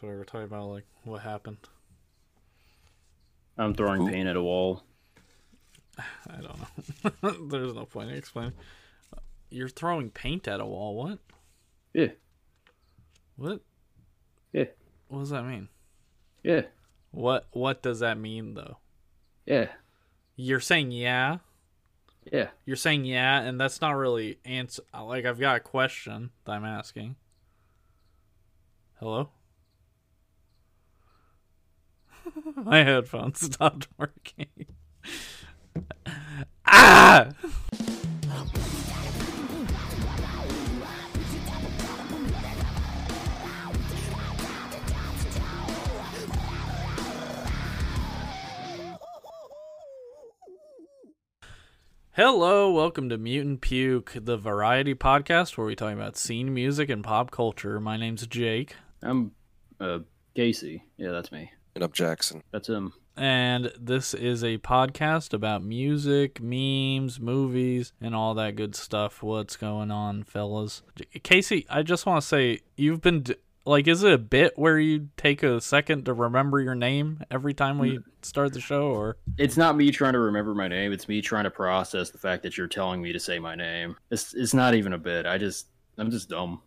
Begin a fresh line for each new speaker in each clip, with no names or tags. So we were talking about like what happened.
I'm throwing
Who-
paint at a wall.
I don't know. There's no point in explaining. You're throwing paint at a wall. What?
Yeah,
What?
yeah,
What does that mean?
yeah,
What What does that mean though?
yeah,
You're saying yeah.
yeah.
You're saying yeah, and that's not really answer. Like I've got a question that I'm asking. Hello. My headphones stopped working. ah! Hello, welcome to Mutant Puke, the variety podcast where we talk about scene music and pop culture. My name's Jake,
I'm uh Casey. Yeah, that's me.
And up Jackson.
That's um, him.
and this is a podcast about music, memes, movies, and all that good stuff. What's going on, fellas? J- Casey, I just want to say you've been d- like, is it a bit where you take a second to remember your name every time we start the show, or
It's not me trying to remember my name. It's me trying to process the fact that you're telling me to say my name. It's it's not even a bit. I just I'm just dumb.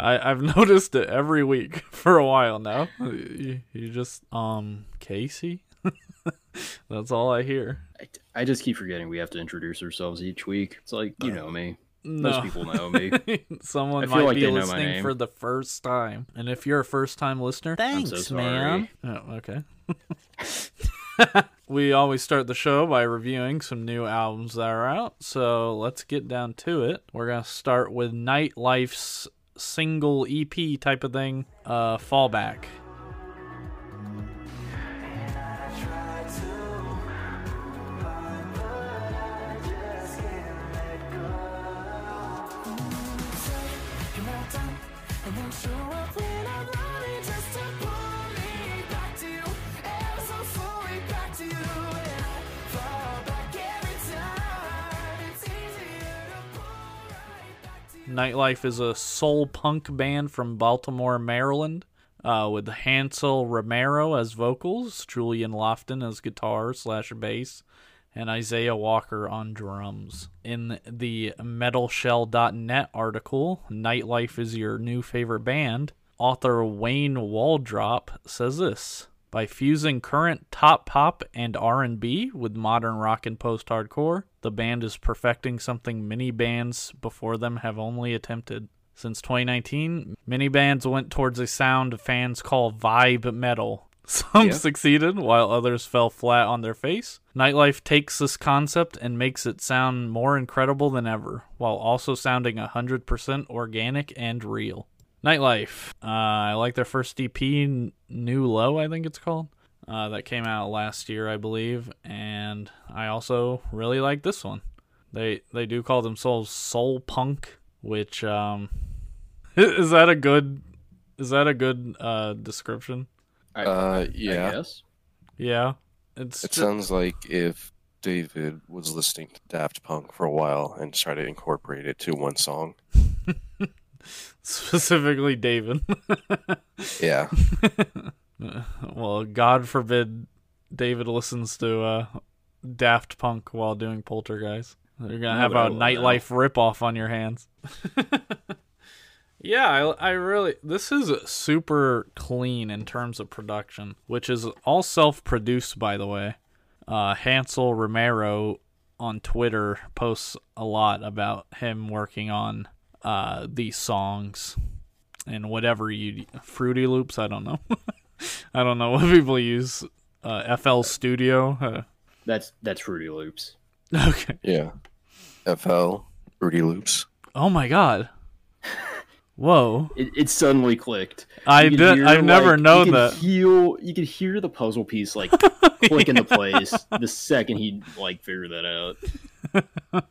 I, I've noticed it every week for a while now. You, you just, um, Casey? That's all I hear.
I, I just keep forgetting we have to introduce ourselves each week. It's like you know me. Most
Uh, No.
people know me.
Someone
I feel
might
like
be
they know my
listening
name.
for the first time. And if you're a first time listener,
I'm
thanks,
so
man. Oh, okay. we always start the show by reviewing some new albums that are out. So let's get down to it. We're going to start with Nightlife's single EP type of thing, uh, Fallback.
You're all done, and I'm sure I'll clean up money just to pull me back to you. And so fully back to you, and I fall back every time. It's easier to pull right back to you.
Nightlife is a soul punk band from Baltimore, Maryland, uh, with Hansel Romero as vocals, Julian Lofton as guitar slash bass, and Isaiah Walker on drums. In the metalshell.net article, Nightlife is your new favorite band, author Wayne Waldrop says this. By fusing current top pop and R&B with modern rock and post-hardcore, the band is perfecting something many bands before them have only attempted. Since 2019, many bands went towards a sound fans call vibe metal. Some
Yeah.
succeeded while others fell flat on their face. Nightlife takes this concept and makes it sound more incredible than ever, while also sounding 100% organic and real. Nightlife. Uh, I like their first EP, N- New Low, I think it's called. Uh, that came out last year, I believe, and I also really like this one. They they do call themselves soul punk, which um, is that a good is that a good uh, description?
I,
Uh,
I
yeah.
guess.
Yeah, it's
It
ju-
sounds like if David was listening to Daft Punk for a while and tried to incorporate it to one song.
specifically David.
Yeah.
well, God forbid David listens to uh, Daft Punk while doing Poltergeist. You're gonna
No,
have
but I
a
will
nightlife ripoff on your hands. yeah, I, I really this is super clean in terms of production, which is all self-produced, by the way. Uh, Hansel Romero on Twitter posts a lot about him working on uh, these songs and whatever you fruity loops i don't know i don't know what people use uh, fl studio
That's that's Fruity Loops.
uh, okay
Yeah. FL, Fruity Loops.
oh my god whoa
It, it suddenly clicked.
i
You
did
could hear,
i've never
like-
known
you could
that
Feel, you could hear the puzzle piece like click into place the second he like figured that out.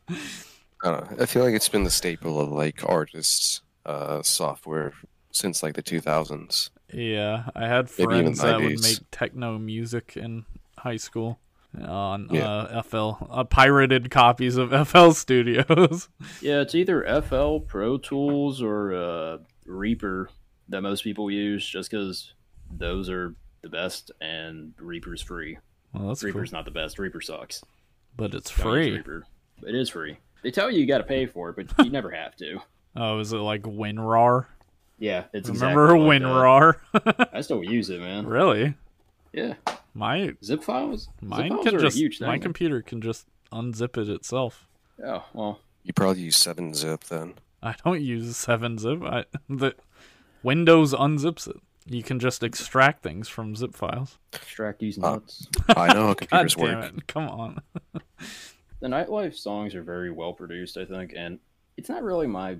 I don't know. I feel like it's been the staple of like artists' uh, software since like the 2000s.
yeah i had
Maybe even
friends that would
90s.
make techno music in high school on
Yeah.
uh, fl uh, pirated copies of fl studios
Yeah, it's either FL Pro Tools or uh, Reaper. that most people use just because those are the best and Reaper's free.
Well, that's cool.
Reaper's not the best. Reaper sucks.
But it's
Don't use
free.
Reaper. It is free. They tell you you got to pay for it, but you never have to.
Oh, is it like WinRAR?
Yeah, it's
Remember
exactly uh, like that.
WinRAR?
I still use it, man.
really?
Yeah,
My
zip files. zip
mine
files
can
are
just
a huge thing.
my computer can just unzip it itself.
oh well,
You probably use seven zip then.
I don't use seven zip. I the Windows unzips it. You can just extract things from zip files.
extract these
Uh,
nuts.
I know how
God
computers
damn
work.
it! Come on.
the nightlife songs are very well produced i think and it's not really my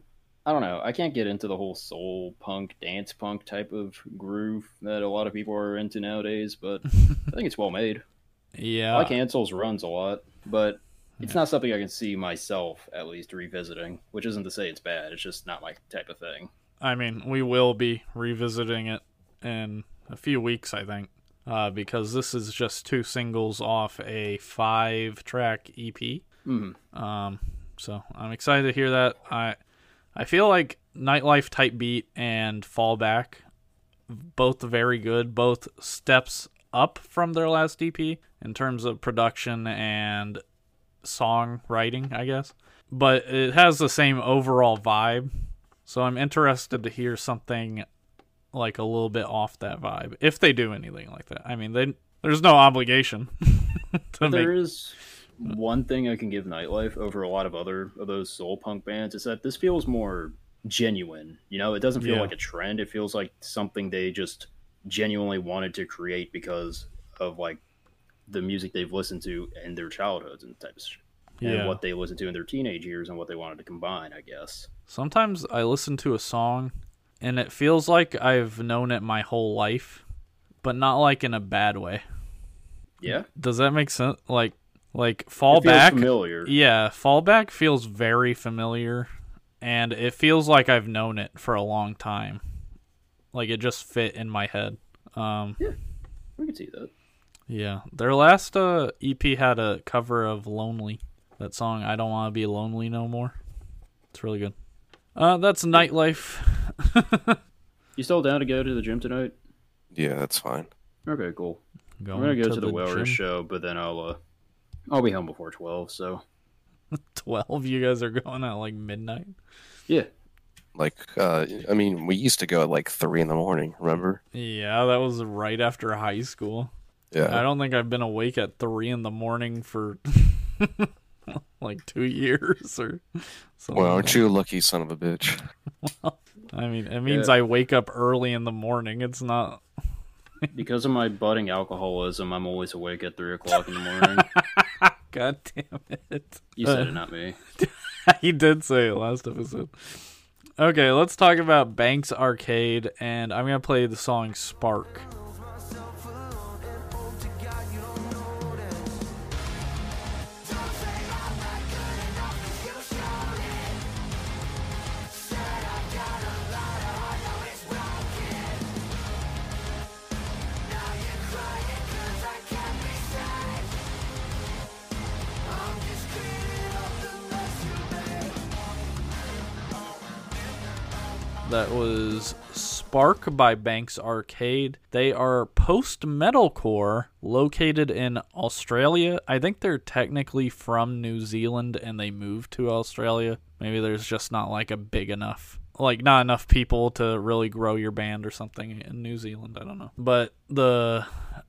i don't know i can't get into the whole soul punk dance punk type of groove that a lot of people are into nowadays but i think it's well made
Yeah.
i like ansel's runs a lot but it's not something i can see myself at least revisiting which isn't to say it's bad it's just not my type of thing
I mean, we will be revisiting it in a few weeks, I think, uh, because this is just two singles off a five track E EP.
Mhm.
Um, so I'm excited to hear that. I I feel like Nightlife Type Beat and Fallback, both very good, both steps up from their last EP in terms of production and songwriting, I guess. But it has the same overall vibe. So I'm interested to hear something like a little bit off that vibe, if they do anything like that. I mean, they there's no obligation to make.
There is one thing I can give Nightlife over a lot of other of those soul punk bands is that this feels more genuine. You know, it doesn't feel
Yeah.
like a trend. It feels like something they just genuinely wanted to create because of like the music they've listened to in their childhoods and types
Yeah.
and what they listened to in their teenage years and what they wanted to combine, I guess.
Sometimes I listen to a song and it feels like I've known it my whole life, but not like in a bad way.
Yeah.
Does that make sense? Like like
It
fall
feels
back.
familiar.
Yeah, fallback feels very familiar and it feels like I've known it for a long time. Like it just fit in my head. Um
We can see that.
yeah, their last uh EP had a cover of Lonely. That song I don't want to be lonely no more. It's really good. Uh that's nightlife.
You still down to go to the gym tonight?
Yeah, that's fine.
Okay, cool.
Going
I'm gonna go to, the,
gym.
Wellers show, but then I'll uh, I'll be home before twelve, so
12 you guys are going at like midnight
Yeah.
Like, uh, I mean, we used to go at like three in the morning. Remember?
yeah that was right after high school i
Yeah.
don't think i've been awake at 3 in the morning for like two years or something
Well,
like
aren't you a lucky son of a bitch?
that. i mean it means
Yeah.
i wake up early in the morning it's not
Because of my budding alcoholism, I'm always awake at three o'clock in the morning.
god damn it
You said it, not me.
he did say it last episode okay let's talk about banks arcade and i'm gonna play the song spark That was Spark by Banks Arcade. They are post metalcore located in Australia. I think they're technically from New Zealand and they moved to Australia. Maybe there's just not like a big enough, like not enough people to really grow your band or something in New Zealand. I don't know. But the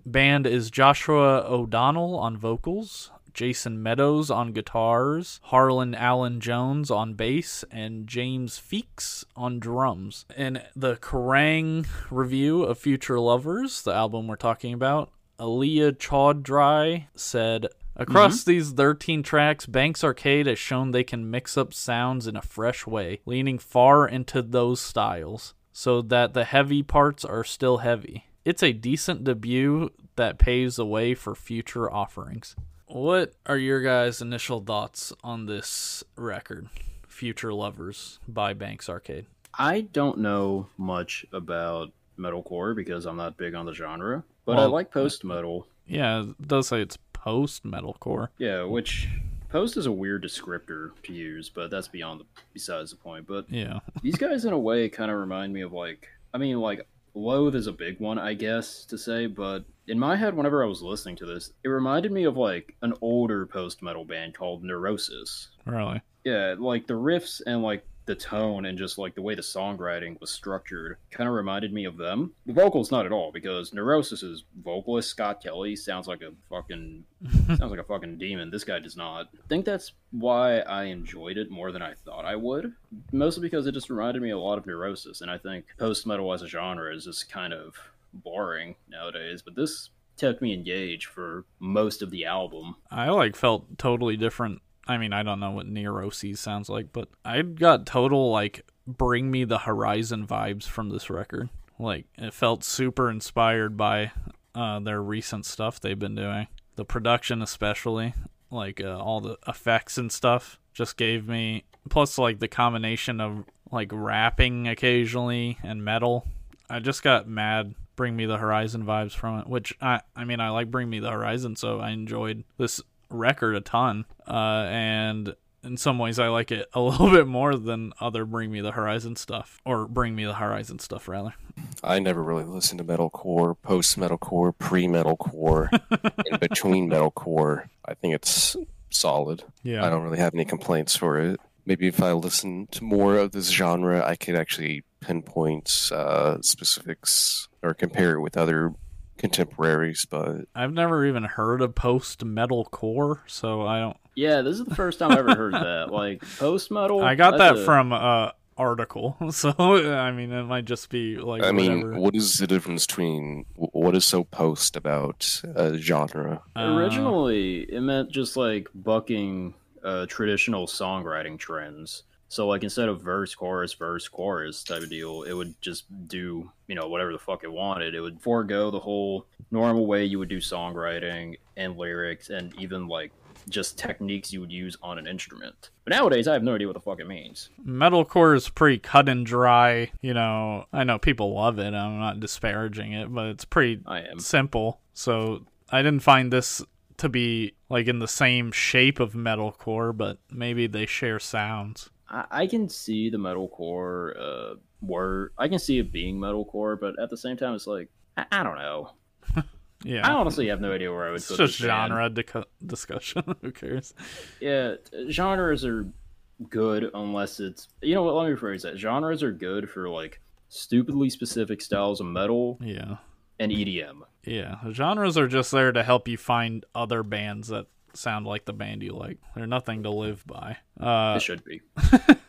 band is Joshua O'Donnell on vocals. Jason Meadows on guitars, Harlan Allen Jones on bass, and James Feeks on drums. In the Kerrang review of Future Lovers, the album we're talking about, Aaliyah Chaudhry said, Across these 13 tracks, Banks Arcade has shown they can mix up sounds in a fresh way, leaning far into those styles, so that the heavy parts are still heavy. It's a decent debut that paves the way for future offerings. What are your guys' initial thoughts on this record, Future Lovers by Banks Arcade?
I don't know much about metalcore because I'm not big on the genre, but I
Well-
like post metal.
Yeah, it does say it's post metalcore.
Yeah, which post is a weird descriptor to use, but that's beyond the besides the point. But
Yeah.
these guys, in a way, kind of remind me of like I mean, like Loathe is a big one, I guess, to say, but in my head, whenever I was listening to this, it reminded me of like an older post metal band called Neurosis.
Really?
Yeah, like the riffs and like the tone and just like the way the songwriting was structured kind of reminded me of them. The vocals, not at all, because Neurosis's vocalist Scott Kelly sounds like a fucking sounds like a fucking demon. This guy does not. I think that's why I enjoyed it more than I thought I would. Mostly because it just reminded me a lot of Neurosis, and I think post metal as a genre is just kind of boring nowadays. But this kept me engaged for most of the album.
I like felt totally different. I mean, I don't know what neuroses sounds like, but I got total like bring me the horizon vibes from this record. Like it felt super inspired by uh, their recent stuff they've been doing. The production, especially, like uh, all the effects and stuff, just gave me. Plus, like the combination of like rapping occasionally and metal, I just got mad. Bring me the horizon vibes from it, which I I mean I like Bring Me the Horizon, so I enjoyed this record a ton. Uh, and in some ways, I like it a little bit more than other Bring Me the Horizon stuff, or Bring Me the Horizon stuff, rather.
I never really listened to metalcore, post metalcore, pre metalcore, and between metalcore. I think it's solid.
Yeah.
I don't really have any complaints for it. Maybe if I listen to more of this genre, I could actually pinpoint uh, specifics or compare it with other contemporaries. But
I've never even heard of post metalcore, so I don't.
Yeah, this is the first time I ever heard that. Like post metal,
I got that from a article, so I mean it might just be like
I mean,
whatever.
what is the difference between wh- what is so post about a genre?
Uh,
Originally, it meant just like bucking uh, traditional songwriting trends. So, like, instead of verse, chorus, verse, chorus type of deal, it would just do, you know, whatever the fuck it wanted. It would forego the whole normal way you would do songwriting and lyrics and even, like, just techniques you would use on an instrument. But nowadays, I have no idea what the fuck it means.
metalcore is pretty cut and dry. You know, I know people love it. I'm not disparaging it, but it's pretty
I am.
simple. So I didn't find this to be like in the same shape of metalcore, but maybe they share sounds.
I, I can see the metalcore uh, word. I can see it being metalcore, but at the same time, it's like, I, I don't know.
Yeah.
I honestly have no idea where I would
it's
put
just
this band.
genre dic- discussion. Who cares?
Yeah, t- genres are good unless it's you know what? Let me rephrase that. Genres are good for like stupidly specific styles of metal
Yeah.
and E EDM.
Yeah. Genres are just there to help you find other bands that sound like the band you like. They're nothing to live by. Uh,
It should be.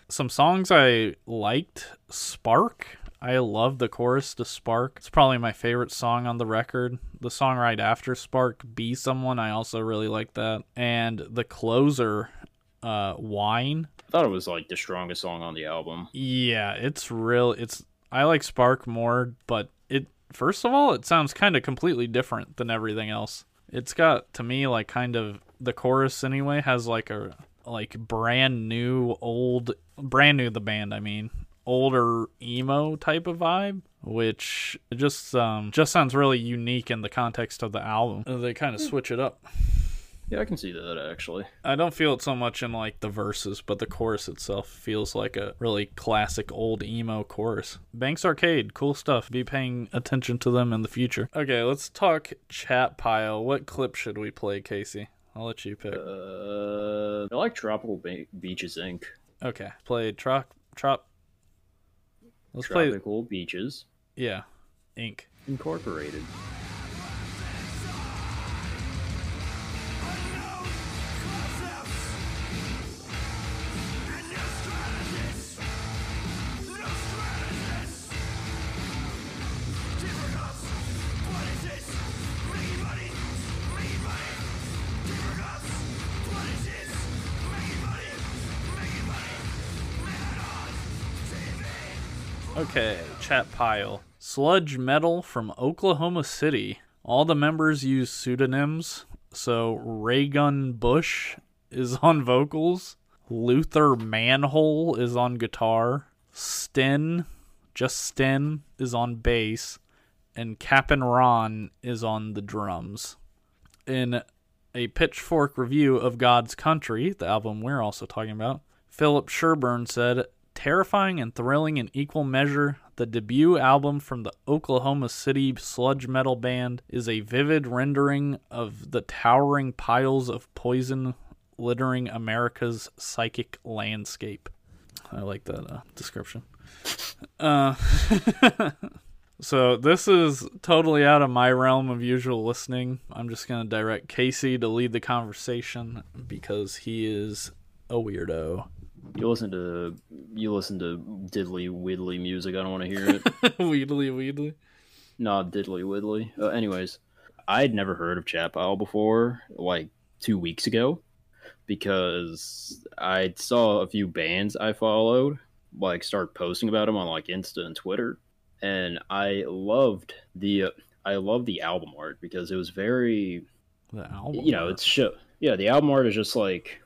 some songs I liked Spark. I love the chorus to Spark. It's probably my favorite song on the record. The song right after Spark, Be Someone, I also really like that. And the closer, uh, Wine.
I thought it was like the strongest song on the album.
Yeah, it's real. It's I like Spark more, but it first of all, it sounds kind of completely different than everything else. It's got to me like kind of the chorus anyway has like a like brand new old brand new the band, I mean, older emo type of vibe, which just um just sounds really unique in the context of the album. Uh, They kind of switch it up.
Yeah, I can see that actually.
I don't feel it so much in like the verses, but the chorus itself feels like a really classic old emo chorus. Banks Arcade, cool stuff. Be paying attention to them in the future. Okay, let's talk chat pile. What clip should we play, Casey? I'll let you pick.
Uh, I like Tropical Be- Beaches Inc.
Okay, play trop trop. Let's play
Tropical Beaches
yeah, ink.
Incorporated.
Okay, chat pile. Sludge Metal from Oklahoma City. All the members use pseudonyms, so Raygun Bush is on vocals, Luther Manhole is on guitar, Sten, just Sten, is on bass, and Cap'n Ron is on the drums. In a pitchfork review of God's Country, the album we're also talking about, Philip Sherburne said, Terrifying and thrilling in equal measure, The debut album from the Oklahoma City sludge metal band is a vivid rendering of the towering piles of poison littering America's psychic landscape. I like that uh, description. Uh, so this is totally out of my realm of usual listening. I'm just going to direct Casey to lead the conversation because he is a weirdo.
You listen to you listen to diddly widdly music. I don't want to hear it.
Weedly, weedly.
no, diddly widdly. Uh, anyways, I had never heard of Chapel before, like two weeks ago, because I saw a few bands I followed like start posting about them on like Insta and Twitter, and I loved the uh, I loved the album art because it was very
The album.
you know
art.
it's show yeah the album art is just like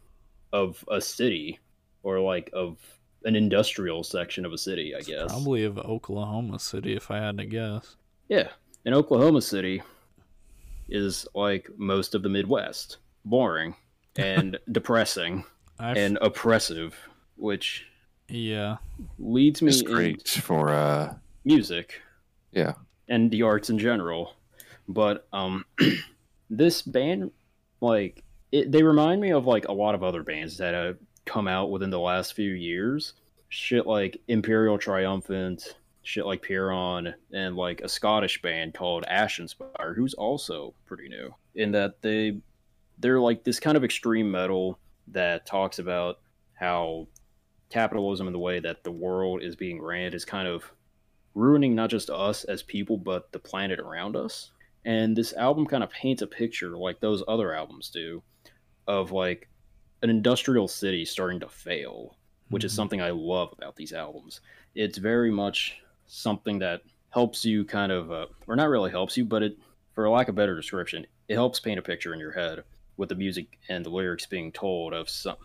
of a city or like of an industrial section of a city i guess
Probably of Oklahoma City, if I had to guess.
yeah and oklahoma city is like most of the midwest boring and depressing
I f-
and oppressive which
yeah,
leads me
It's
into
great for uh,
music
yeah.
and the arts in general. But um, this band, like, it, they remind me of like a lot of other bands that have come out within the last few years. Shit like Imperial Triumphant, shit like Piron, and like a Scottish band called Ashenspire, who's also pretty new. In that they, they're like this kind of extreme metal that talks about how capitalism and the way that the world is being ran is kind of ruining not just us as people, but the planet around us. And this album kind of paints a picture, like those other albums do, of like an industrial city starting to fail, which is
Mhm.
something I love about these albums. It's very much something that helps you kind of, uh, or not really helps you, but it, for lack of better description, it helps paint a picture in your head with the music and the lyrics being told of some,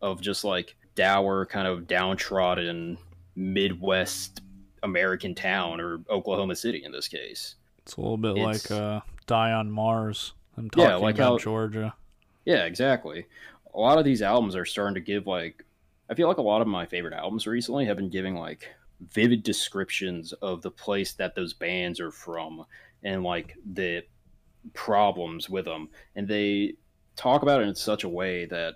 of just like dour, kind of downtrodden Midwest American town or Oklahoma City in this case.
it's a little bit
It's-
like uh, Die on Mars. I'm
Yeah,
talking
like
about
how-
Georgia.
Yeah, exactly. A lot of these albums are starting to give like I feel like a lot of my favorite albums recently have been giving like vivid descriptions of the place that those bands are from and like the problems with them and they talk about it in such a way that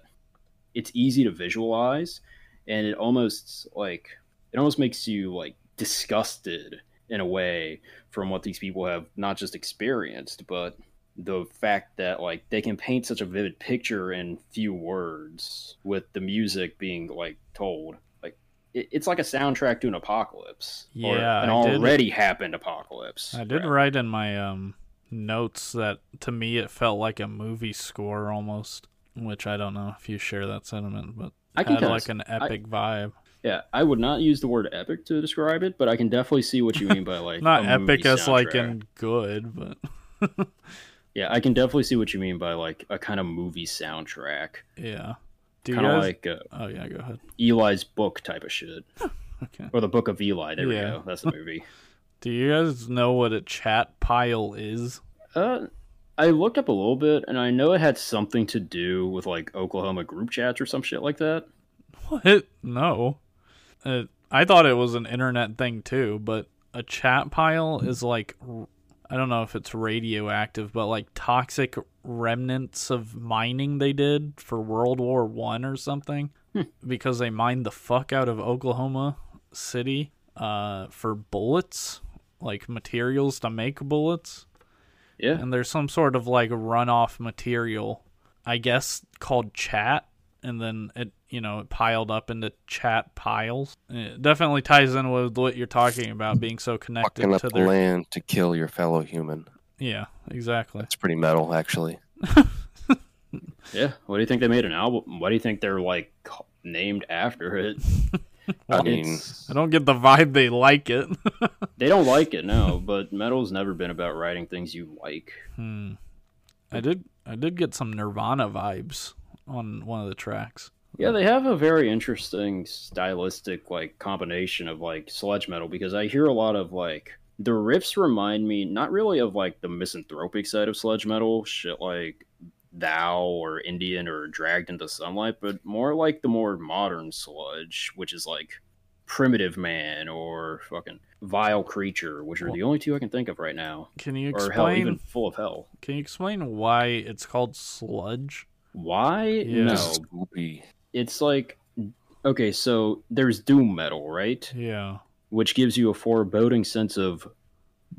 it's easy to visualize and it almost like it almost makes you like disgusted in a way from what these people have not just experienced but the fact that like they can paint such a vivid picture in few words with the music being like told like it, it's like a soundtrack to an apocalypse or
Yeah,
an
I did-
already happened apocalypse
I did
rather.
write in my um, notes that to me it felt like a movie score almost, which I don't know if you share that sentiment, but
I
it
can
had
kinda
like
s-
an epic vibe.
Yeah, I would not use the word epic to describe it, but I can definitely see what you mean by like
Not
a
epic
movie
as like
soundtrack.
in good, but
yeah, I can definitely see what you mean by like a kind of movie soundtrack,
yeah. Do you
kind of
guys?
like uh,
oh yeah, go ahead.
Eli's book type of shit,
Okay.
or the Book of Eli. There
Yeah.
we go. That's the movie.
Do you guys know what a chat pile is?
uh, I looked up a little bit, and I know it had something to do with like Oklahoma group chats or some shit like that.
What? No. It, I thought it was an internet thing too, but a chat pile is like r- I don't know if it's radioactive, but like toxic remnants of mining they did for World War 1 or something because they mined the fuck out of Oklahoma City uh for bullets, like materials to make bullets.
Yeah,
and there's some sort of like runoff material, I guess called chat, and then it you know it piled up into chat piles. It definitely ties in with what you're talking about being so connected
Fucking up
to
the
their
land to kill your fellow human.
yeah exactly.
It's pretty metal, actually.
yeah. What do you think they made an album? Why do you think they're like ca- named after it?
I mean,
It's-
I don't get the vibe they like it.
they don't like it, no. But metal's never been about writing things you like.
hmm. I did I did get some Nirvana vibes on one of the tracks.
Yeah, they have a very interesting stylistic like combination of like sludge metal because I hear a lot of like the riffs remind me not really of like the misanthropic side of sludge metal, shit like Thou or Indian or Dragged into Sunlight, but more like the more modern sludge, which is like Primitive Man or fucking Vile Creature, which are the only two I can think of right now.
Can you
Or hell, even
explain?
Full of Hell.
Can you explain why it's called sludge?
Why?
Yeah.
No,
Scooby.
it's like okay, so there's doom metal, right?
Yeah.
Which gives you a foreboding sense of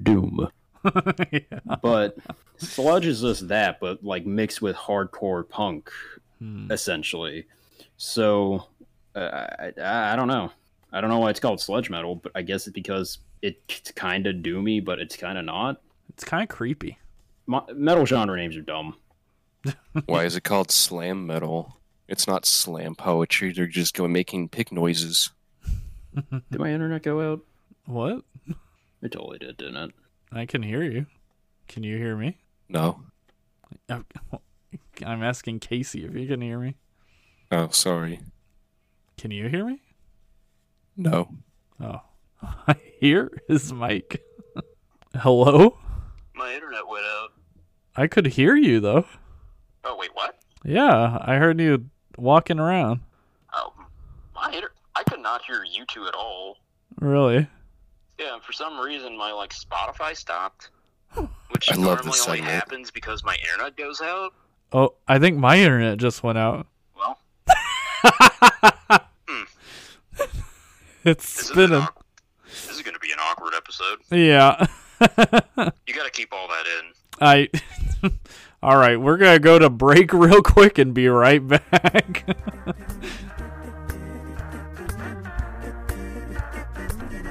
doom.
yeah.
But sludge is just that, but like mixed with hardcore punk,
Hmm.
essentially. So uh, I, I, I don't know. I don't know why it's called sludge metal, but I guess it's because it's kind of doomy, but it's kind of not.
It's kind of creepy.
Mo- metal genre names are dumb.
Why is it called slam metal? It's not slam poetry. They're just going making pig noises.
Did my internet go out?
What?
It totally did, didn't it?
I can hear you. Can you hear me?
No.
Oh, I'm asking Casey if you can hear me.
Oh, sorry.
Can you hear me?
No.
Oh, I hear his mic. Hello?
My internet went out.
I could hear you though.
Oh wait, what?
Yeah, I heard you walking around.
Oh, my inter- I could not hear you two at all.
Really?
Yeah, for some reason my like Spotify stopped, which
I love
normally
this
only
segment.
happens because my internet goes out.
Oh, I think my internet just went out.
Well,
It's
this is, an
spinning.
awk- this is going to be an awkward episode.
Yeah.
You got to keep all that in.
I. All right, we're gonna go to break real quick and be right back.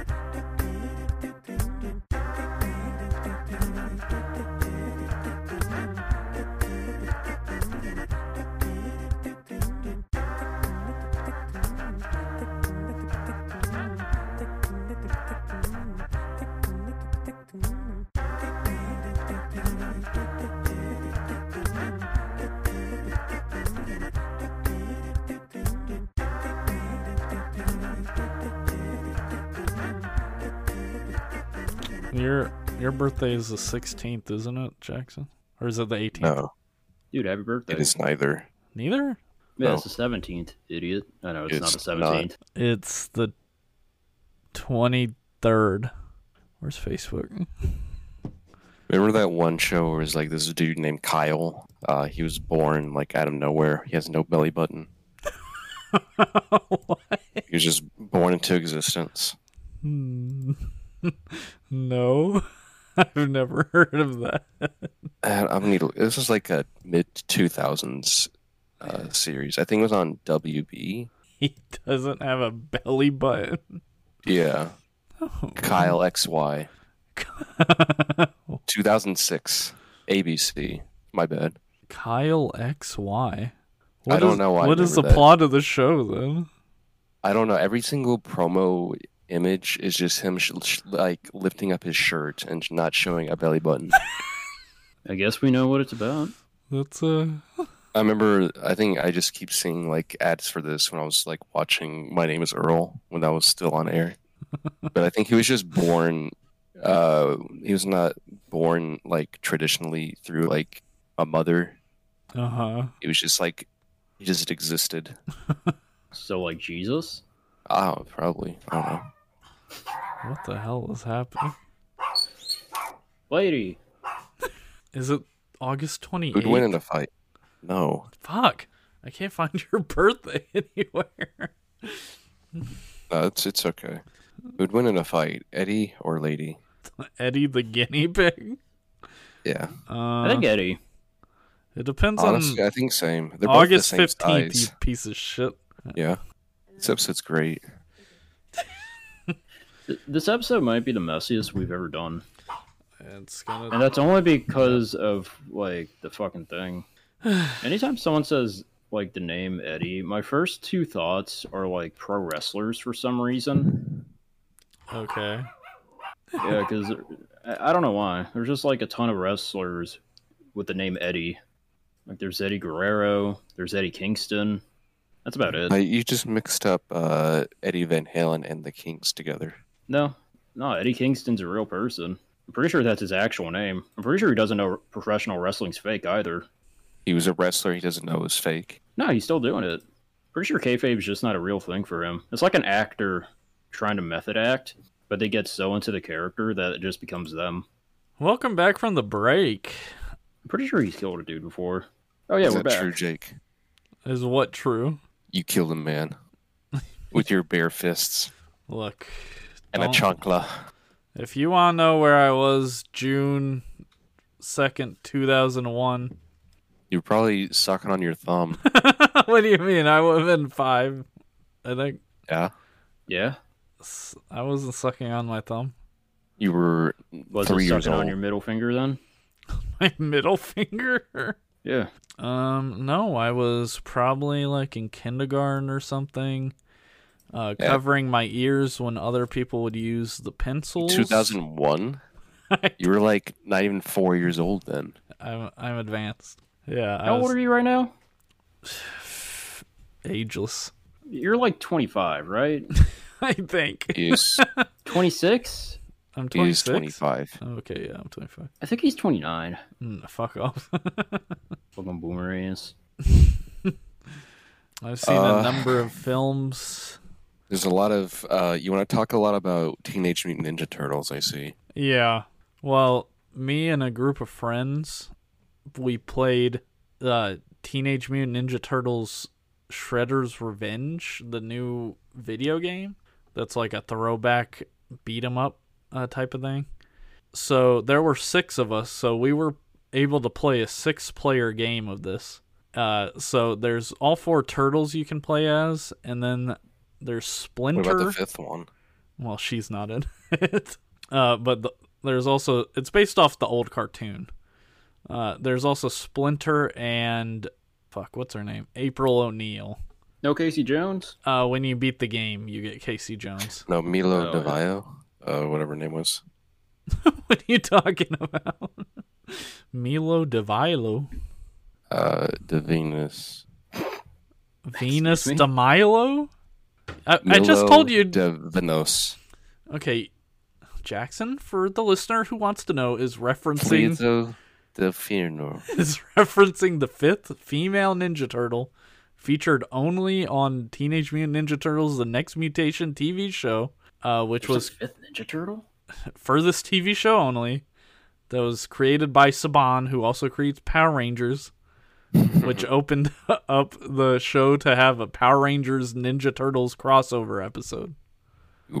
your your birthday is the sixteenth, isn't it, Jackson? Or is it the eighteenth?
No.
Dude, happy birthday.
It is neither.
Neither.
Yeah, it's the seventeenth, idiot. I know it's, not the
It's not.
seventeenth.
It's the twenty third. Where's Facebook?
Remember that one show where it was like this dude named Kyle? Uh, he was born like out of nowhere. He has no belly button. He was just born into existence.
Hmm. no, I've never heard of that.
And I'm gonna need. to- This is like a mid 2000s uh, series. I think it was on WB.
He doesn't have a belly button.
Yeah.
Oh.
Kyle XY. 2006. ABC. My bad.
Kyle X Y.
I don't know why I
What is the
remember that.
plot of the show then?
I don't know. Every single promo image is just him sh- sh- like lifting up his shirt and not showing a belly button.
I guess we know what it's about.
That's uh
I remember. I think I just keep seeing like ads for this when I was like watching My Name Is Earl when that was still on air. but I think he was just born. Uh, he was not born like traditionally through like a mother.
uh huh.
It was just like he just existed.
So like Jesus?
Oh, probably. I don't know.
What the hell is happening?
Lady.
Is it August twenty
Who'd win
eighth?
in a fight? No.
Fuck. I can't find your birthday anywhere.
No, it's it's okay. Who'd win in a fight, Eddie or Lady?
Eddie the guinea pig.
Yeah,
Uh,
I think Eddie.
it depends
honestly,
on
I think same. Oh, They're
August
both the same
fifteenth. You
size.
piece of shit.
Yeah, this episode's great.
Th- This episode might be the messiest we've ever done.
It's gonna.
And that's only because of like the fucking thing. Anytime someone says like the name Eddie, my first two thoughts are like pro wrestlers for some reason.
Okay.
Yeah, because I I don't know why. There's just like a ton of wrestlers with the name Eddie. Like there's Eddie Guerrero, there's Eddie Kingston. That's about it.
Uh, you just mixed up uh, Eddie Van Halen and the Kings together.
No, no, Eddie Kingston's a real person. I'm pretty sure that's his actual name. I'm pretty sure he doesn't know professional wrestling's fake either.
He was a wrestler. He doesn't know it's fake.
No, he's still doing it. Pretty sure kayfabe's just not a real thing for him. It's like an actor trying to method act, but they get so into the character that it just becomes them.
Welcome back from the break.
I'm pretty sure he's killed a dude before. Oh yeah,
Is
we're
that
back.
true, Jake?
Is what true?
You killed a man with your bare fists
Look.
and a
Oh.
don't-
chancla.
If you want to know where I was June 2nd, 2001,
You're probably sucking on your thumb.
what do you mean? I would have been five. I think
yeah,
Yeah,
s- I wasn't sucking on my thumb.
you were
was
three
it
years
sucking
old.
on your middle finger then?
My middle finger.
Yeah,
Um, no, I was probably like in kindergarten or something, uh,
Yeah.
covering my ears when other people would use the pencils.
2001. You were like not even four years old then.
I'm, I'm advanced. Yeah, I
how
was
old are you right now?
ageless.
You're like 25, right?
I think
He's
26?
I'm 26.
he's 25.
Okay, yeah, I'm 25.
I think he's 29.
Mm, fuck off.
Fucking boomer is.
I've seen
Uh.
a number of films.
There's a lot of uh, you want to talk a lot about Teenage Mutant Ninja Turtles. I see.
Yeah. Well, me and a group of friends, we played uh, Teenage Mutant Ninja Turtles Shredder's Revenge, the new video game that's like a throwback beat 'em up uh, type of thing. So there were six of us, so we were able to play a six player game of this. Uh, so there's all four turtles you can play as, and then there's Splinter.
What about the fifth one?
Well, she's not in it. Uh, but the, there's also it's based off the old cartoon. Uh, there's also Splinter and fuck, what's her name? April O'Neil.
No Casey Jones?
Uh, when you beat the game, you get Casey Jones.
No, Milo
Oh, yeah.
Davao, uh, whatever her name was.
what are you talking about? Milo DeVilo,
Uh, Devenus.
Venus
me?
De Milo. I, I just told you.
Devenos.
okay, Jackson, for the listener who wants to know, is referencing
Plito Defino.
is referencing the fifth female Ninja Turtle, featured only on Teenage Mutant Ninja Turtles: The Next Mutation TV show, uh, which
There's
was
a fifth Ninja Turtle?
for this TV show only. That was created by Saban, who also creates Power Rangers, which opened up the show to have a Power Rangers Ninja Turtles crossover episode.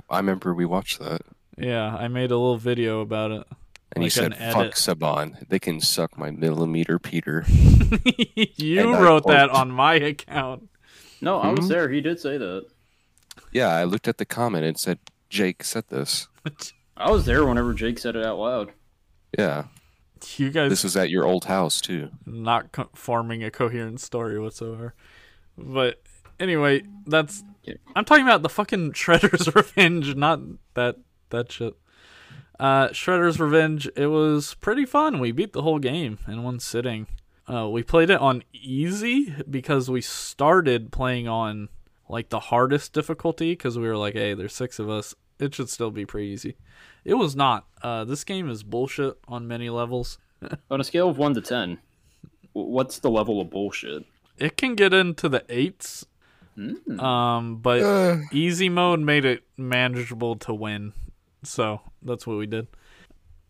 I remember we watched that.
Yeah, I made a little video about it.
And you
Like an
said, fuck
edit.
Saban. They can suck my millimeter Peter.
you
And I
wrote that
quote-
on my account.
No, I was
Hmm?
there. He did say that.
Yeah, I looked at the comment and said, Jake said this.
I was there whenever Jake said it out loud.
Yeah,
You guys
this was at your old house too.
not co- forming a coherent story whatsoever. But anyway, that's
Yeah.
I'm talking about the fucking Shredder's Revenge, not that that shit. Uh, Shredder's Revenge. It was pretty fun. We beat the whole game in one sitting. Uh, we played it on easy because we started playing on like the hardest difficulty because we were like, hey, there's six of us. It should still be pretty easy. It was not. Uh, this game is bullshit on many levels.
On a scale of 1 to 10, wh- what's the level of bullshit?
It can get into the eights. Um, but easy mode made it manageable to win. So that's what we did.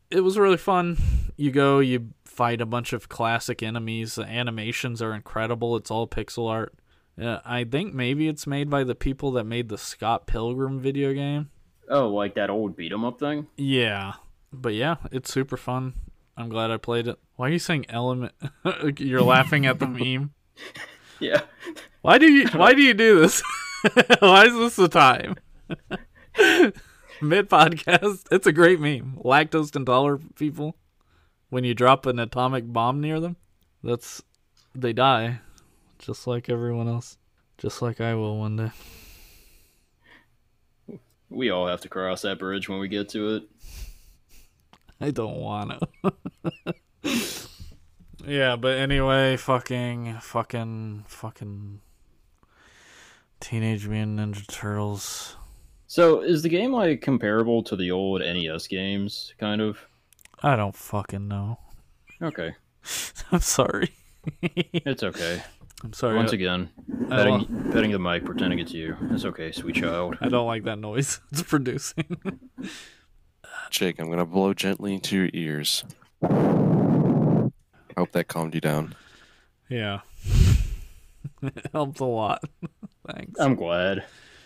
It was really fun. You go, you fight a bunch of classic enemies. The animations are incredible. It's all pixel art. Uh, I think maybe it's made by the people that made the Scott Pilgrim video game.
Oh, like that old beat 'em up thing?
Yeah. But yeah, it's super fun. I'm glad I played it. Why are you saying element? You're laughing at the meme.
Yeah.
Why do you why do you do this? why is this the time? Mid podcast. It's a great meme. Lactose intolerant people. When you drop an atomic bomb near them, that's they die. Just like everyone else. Just like I will one day.
We all have to cross that bridge when we get to it.
I don't wanna. yeah, but anyway, fucking fucking fucking Teenage Mutant Ninja Turtles.
So, is the game like comparable to the old NES games, kind of?
I don't fucking know.
Okay,
I'm sorry.
it's okay.
I'm sorry.
Once
I-
again,
I
petting,
lo-
petting the mic, pretending it's you. It's okay, sweet child.
I don't like that noise it's producing.
Jake, I'm gonna blow gently into your ears. I hope that calmed you down.
yeah. it helps a lot. Thanks.
I'm glad.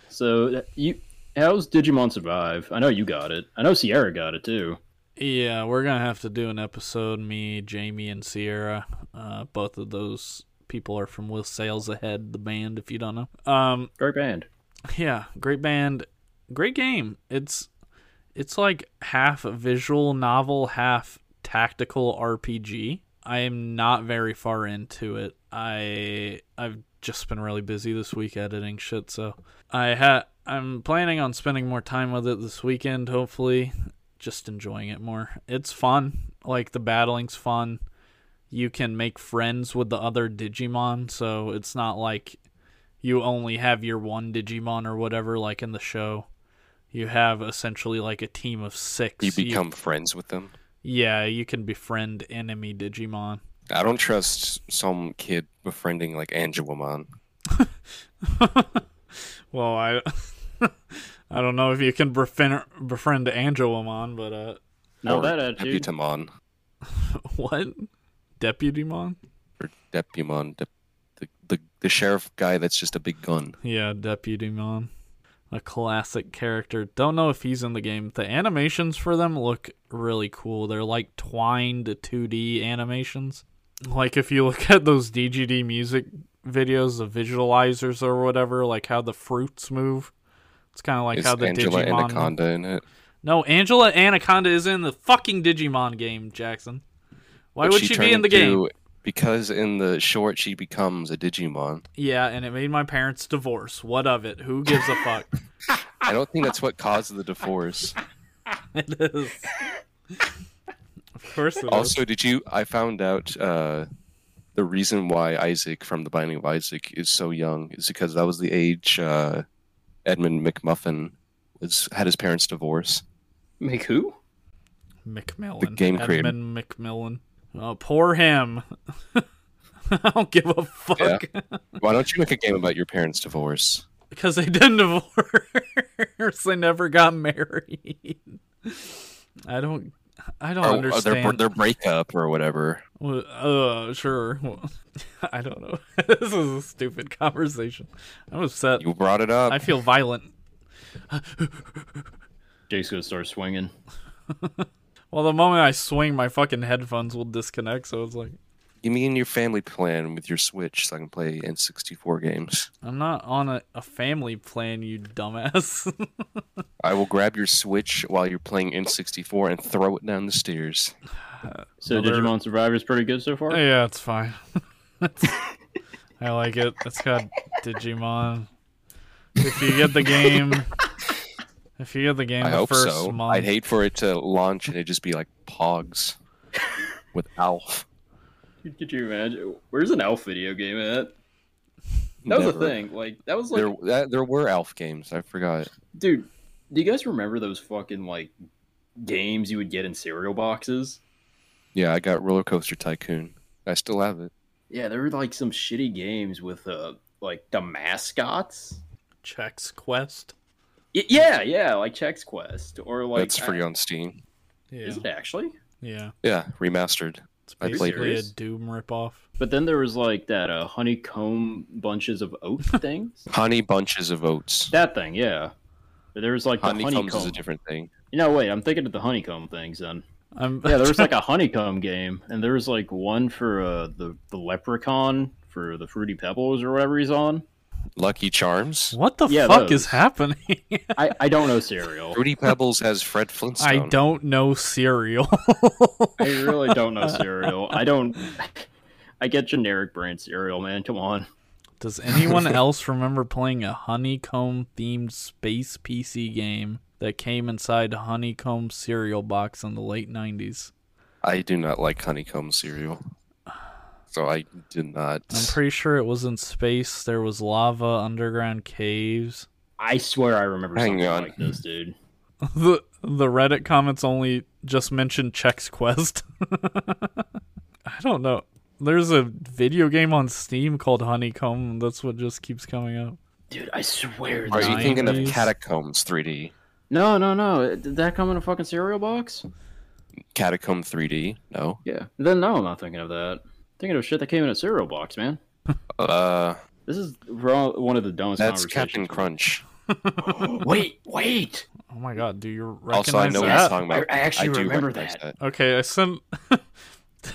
So that- you, how's Digimon Survive? I know you got it. I know Sierra got it too.
Yeah, we're gonna have to do an episode. Me, Jamie, and Sierra. Uh, both of those people are from With Sales Ahead, the band. If you don't know, um,
Great band.
yeah, great band, great game. It's it's like half visual novel, half tactical RPG. I am not very far into it. I I've just been really busy this week editing shit, so I ha I'm planning on spending more time with it this weekend, hopefully. Just enjoying it more. It's fun. Like the battling's fun. You can make friends with the other Digimon, so it's not like you only have your one Digimon or whatever like in the show. You have essentially like a team of six.
You become friends with them.
Yeah, you can befriend enemy Digimon.
I don't trust some kid befriending like Angelomon.
well, I I don't know if you can befriend befriend Angelomon, but uh,
Now
or
that attitude.
Deputamon
what Deputymon?
or Depumon, Dep- the, the the sheriff guy that's just a big gun.
Yeah, Deputymon, a classic character. Don't know if he's in the game. The animations for them look really cool. They're like twined 2D animations. Like if you look at those DGD music videos, the visualizers or whatever, like how the fruits move. It's kind of like
Is
how the
Angela
Digimon
Anaconda in it?
No, Angela Anaconda is in the fucking Digimon game, Jackson. Why
But
would she,
turned
be in the game?
into- Because in the short, she becomes a Digimon.
Yeah, and it made my parents divorce. What of it? Who gives a fuck?
I don't think that's what caused the divorce.
it is. Of course it is.
Also, did you? I found out uh, the reason why Isaac from The Binding of Isaac is so young is because that was the age uh, Edmund McMuffin was had his parents divorce.
Make who?
McMillan.
the game creator.
Edmund McMillan. Oh, poor him. I don't give a fuck.
Why don't you make a game about your parents' divorce?
Because they didn't divorce. they never got married. I don't. I don't
Or- or
understand.
their their breakup or whatever.
Well, uh, sure. Well, I don't know. this is a stupid conversation. I'm upset.
You brought it up.
I feel violent.
Jake's gonna start swinging.
Well, the moment I swing, my fucking headphones will disconnect. So it's like
Give me in your family plan with your Switch so I can play N64 games.
I'm not on a, a family plan, you dumbass.
I will grab your Switch while you're playing N64 and throw it down the stairs.
So
Another-
Digimon Survivor's pretty good so far.
yeah, it's fine. I like it. It's got Digimon. If you get the game, if you get the game,
I
the
hope
first
so.
month,
I'd hate for it to launch and it just be like Pogs with Alf.
Could you imagine? Where's an Elf video game at? That was a
Never.
thing. Like that was like,
There, that, there were Alf games. I forgot.
dude. Do you guys remember those fucking like games you would get in cereal boxes?
Yeah, I got Roller Coaster Tycoon. I still have it.
Yeah, there were like some shitty games with uh like the mascots.
checks quest.
Y- yeah, yeah, like Chex Quest or like
That's free on Steam.
Yeah,
Is it actually?
yeah.
Yeah, remastered.
It's
I played
basically a
this.
Doom ripoff.
But then there was like that uh, honeycomb bunches of oat things.
Honey Bunches of Oats.
That thing, yeah. But there was like the
Honeycombs
honeycomb.
is a different thing.
No, wait, I'm thinking of the honeycomb things then.
I'm
Yeah, there was like a honeycomb game, and there was like one for uh, the the leprechaun for the fruity pebbles or whatever he's on.
Lucky Charms.
what the
Yeah,
fuck
those.
is happening?
I, I don't know cereal.
Fruity Pebbles has Fred Flintstone.
I don't know cereal.
I really don't know cereal. I don't. I get generic brand cereal, man. Come on.
Does anyone else remember playing a honeycomb themed space PC game that came inside a honeycomb cereal box in the late 90s?
I do not like honeycomb cereal. So I did not.
I'm pretty sure it was in space. There was lava, underground caves.
I swear I remember
Hang
something
on.
like this, dude.
the the Reddit comments only just mentioned Chex Quest. I don't know. There's a video game on Steam called Honeycomb. and That's what just keeps coming up.
Dude, I swear.
Are
that-
you thinking of
90s?
Catacombs 3D?
No, no, no. Did that come in a fucking cereal box?
Catacomb 3D? No.
Yeah. Then no, I'm not thinking of that. I'm thinking of shit that came in a cereal box, man.
Uh,
This is raw- one of the dumbest.
that's Captain
conversations.
Crunch.
wait, wait.
Oh my god, do you recognize
Also, I know what
that?
he's talking about.
I- I actually
do
remember
recognize
that.
Okay, I sent.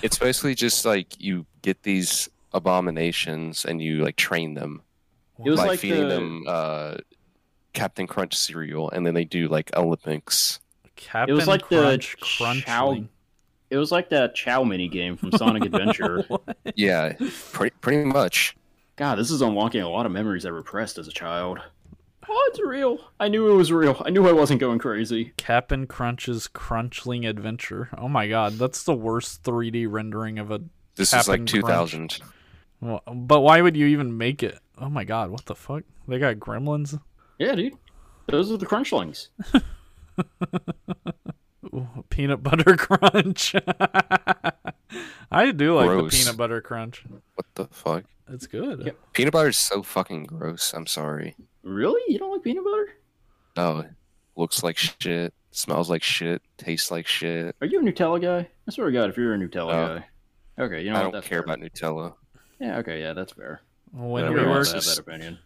It's basically just like you get these abominations and you like train them
It was
by
like
feeding
the
them uh, Captain Crunch cereal, and then they do like Olympics.
Captain
like the
Crunch
chow-
Crunchling.
it was like that Chow mini game from Sonic Adventure.
yeah, pretty pretty much.
God, this is unlocking a lot of memories I repressed as a child. Oh, it's real. I knew it was real. I knew I wasn't going crazy.
Captain Crunch's Crunchling Adventure. Oh my god, that's the worst 3D rendering of a.
This
Captain
is like
Crunch.
2000.
Well, But why would you even make it? Oh my god, what the fuck? They got gremlins?
Yeah, dude. Those are the Crunchlings.
Ooh, peanut butter crunch. I do like
Gross.
the peanut butter crunch.
What the fuck?
It's good.
Yep.
Peanut butter is so fucking gross. I'm sorry.
Really? You don't like peanut butter?
No, it looks like shit, smells like shit, tastes like shit.
Are you a Nutella guy? I swear to God, if you're a Nutella
No.
guy. Okay, you know
Uh,
what,
I don't
that's
care
fair.
about Nutella.
Yeah, okay, yeah, that's fair.
When
Yeah,
we
we're all
were
have
just-
that opinion.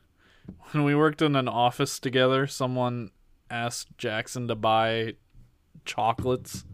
when we worked in an office together, someone asked Jackson to buy chocolates.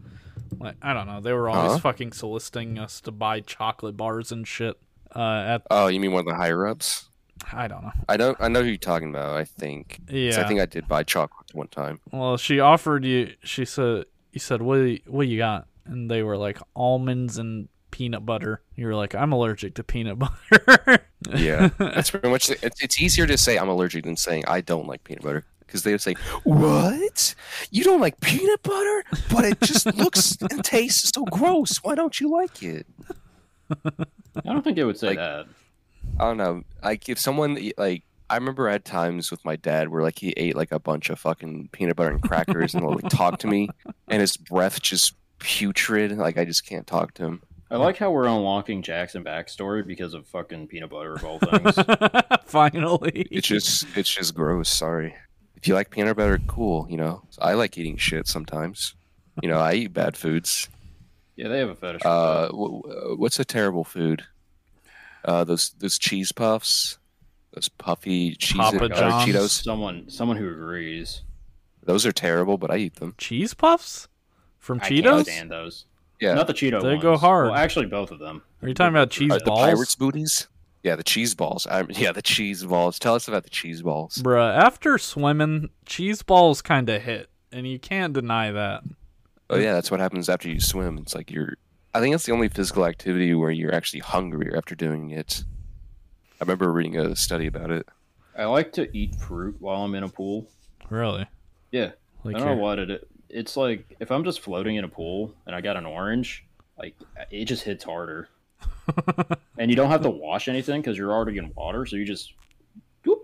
Like, I don't know. They were always
Huh?
fucking soliciting us to buy chocolate bars and shit. Uh, at
Oh, you mean one of the higher ups?
I don't know.
I don't. I know who you're talking about. I think. 'Cause
Yeah.
I think I did buy chocolate one time.
well, she offered you. She said, "You said what? do you- What you got?" And they were like almonds and peanut butter. You were like, "I'm allergic to peanut butter."
Yeah, that's pretty much. The, it's, it's easier to say I'm allergic than saying I don't like peanut butter because they would say, "What? You don't like peanut butter? But it just looks and tastes so gross. Why don't you like it?"
I don't think they would say
Like-
that.
I don't know. Like if someone like I remember I had times with my dad where like he ate like a bunch of fucking peanut butter and crackers and like talked to me, and his breath just putrid. Like I just can't talk to him.
I like how we're unlocking Jackson backstory because of fucking peanut butter of all things.
Finally.
It's just it's just gross. Sorry. If you like peanut butter, cool. You know I like eating shit sometimes. You know I eat bad foods.
yeah, they have a fetish. for
Uh, wh- wh- what's a terrible food? Uh, those those cheese puffs, those puffy cheese
Papa
uh,
John's.
that.
Cheetos.
someone, someone who agrees.
Those are terrible, but I eat them.
cheese puffs from
I can't
Cheetos.
stand those.
Yeah.
Not the Cheeto
They
ones.
go hard.
Well, actually, both of them.
Are you talking about cheese
Are Uh, the
balls?
pirates booties? Yeah, the cheese balls. I, yeah, the cheese balls. Tell us about the cheese balls.
Bruh, after swimming, cheese balls kind of hit, and you can't deny that.
Oh yeah, that's what happens after you swim. It's like you're. I think that's the only physical activity where you're actually hungry after doing it. I remember reading a study about it.
I like to eat fruit while I'm in a pool.
Really?
Yeah,
Like
I don't know
you're-
what it. It's like if I'm just floating in a pool and I got an orange, like it just hits harder. and you don't have to wash anything because you're already in water, so you just whoop,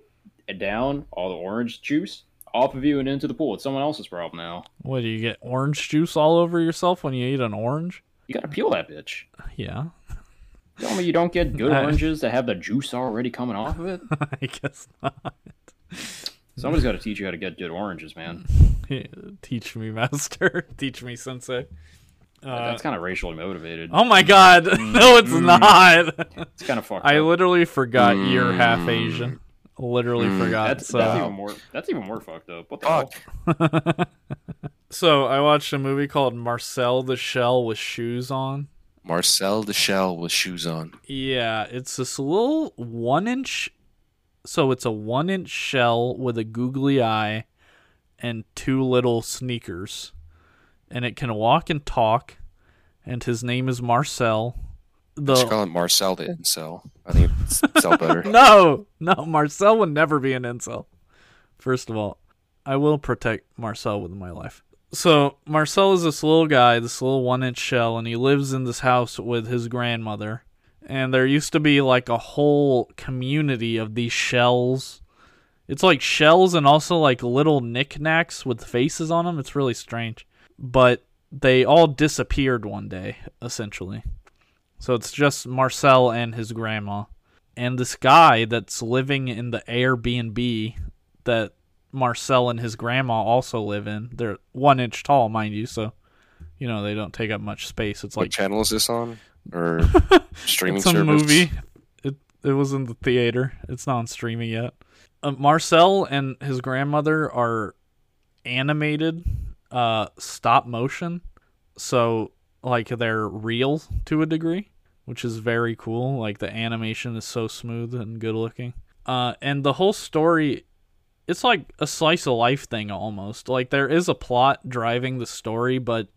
and down all the orange juice off of you and into the pool. It's someone else's problem now.
what do you get? Orange juice all over yourself when you eat an orange?
You gotta peel that bitch.
Yeah,
Tell me you don't get good
I-
oranges that have the juice already coming off of it.
I guess not.
Somebody's got to teach you how to get good oranges, man.
Teach me, master. Teach me, sensei. Uh,
That's kind of racially motivated.
oh my god! no, it's not.
It's kind of fucked.
I
up.
literally forgot you're half Asian. Literally forgot.
that's,
so
that's even more. That's even more fucked up. What the hell?
Fuck.
So I watched a movie called Marcel the Shell with shoes on.
Marcel the Shell with shoes on.
Yeah, it's this little one inch. So it's a one inch shell with a googly eye and two little sneakers. And it can walk and talk. And his name is Marcel.
Let's
The
call it Marcel the incel. I think it's sell better.
no, no, Marcel would never be an incel. First of all, I will protect Marcel with my life. So Marcel is this little guy, this little one-inch shell, and he lives in this house with his grandmother. And there used to be like a whole community of these shells. It's like shells and also like little knickknacks with faces on them. It's really strange, but they all disappeared one day, essentially So it's just Marcel and his grandma. And this guy that's living in the Airbnb that Marcel and his grandma also live in. They're one inch tall, mind you, so you know they don't take up much space. It's
What
like
channel is this on? Or streaming
it's a
service?
movie. It it was in the theater. It's not on streaming yet. Uh, Marcel and his grandmother are animated, uh, stop motion, so like they're real to a degree, which is very cool. Like the animation is so smooth and good looking. Uh, and the whole story, it's like a slice of life thing almost. Like there is a plot driving the story, but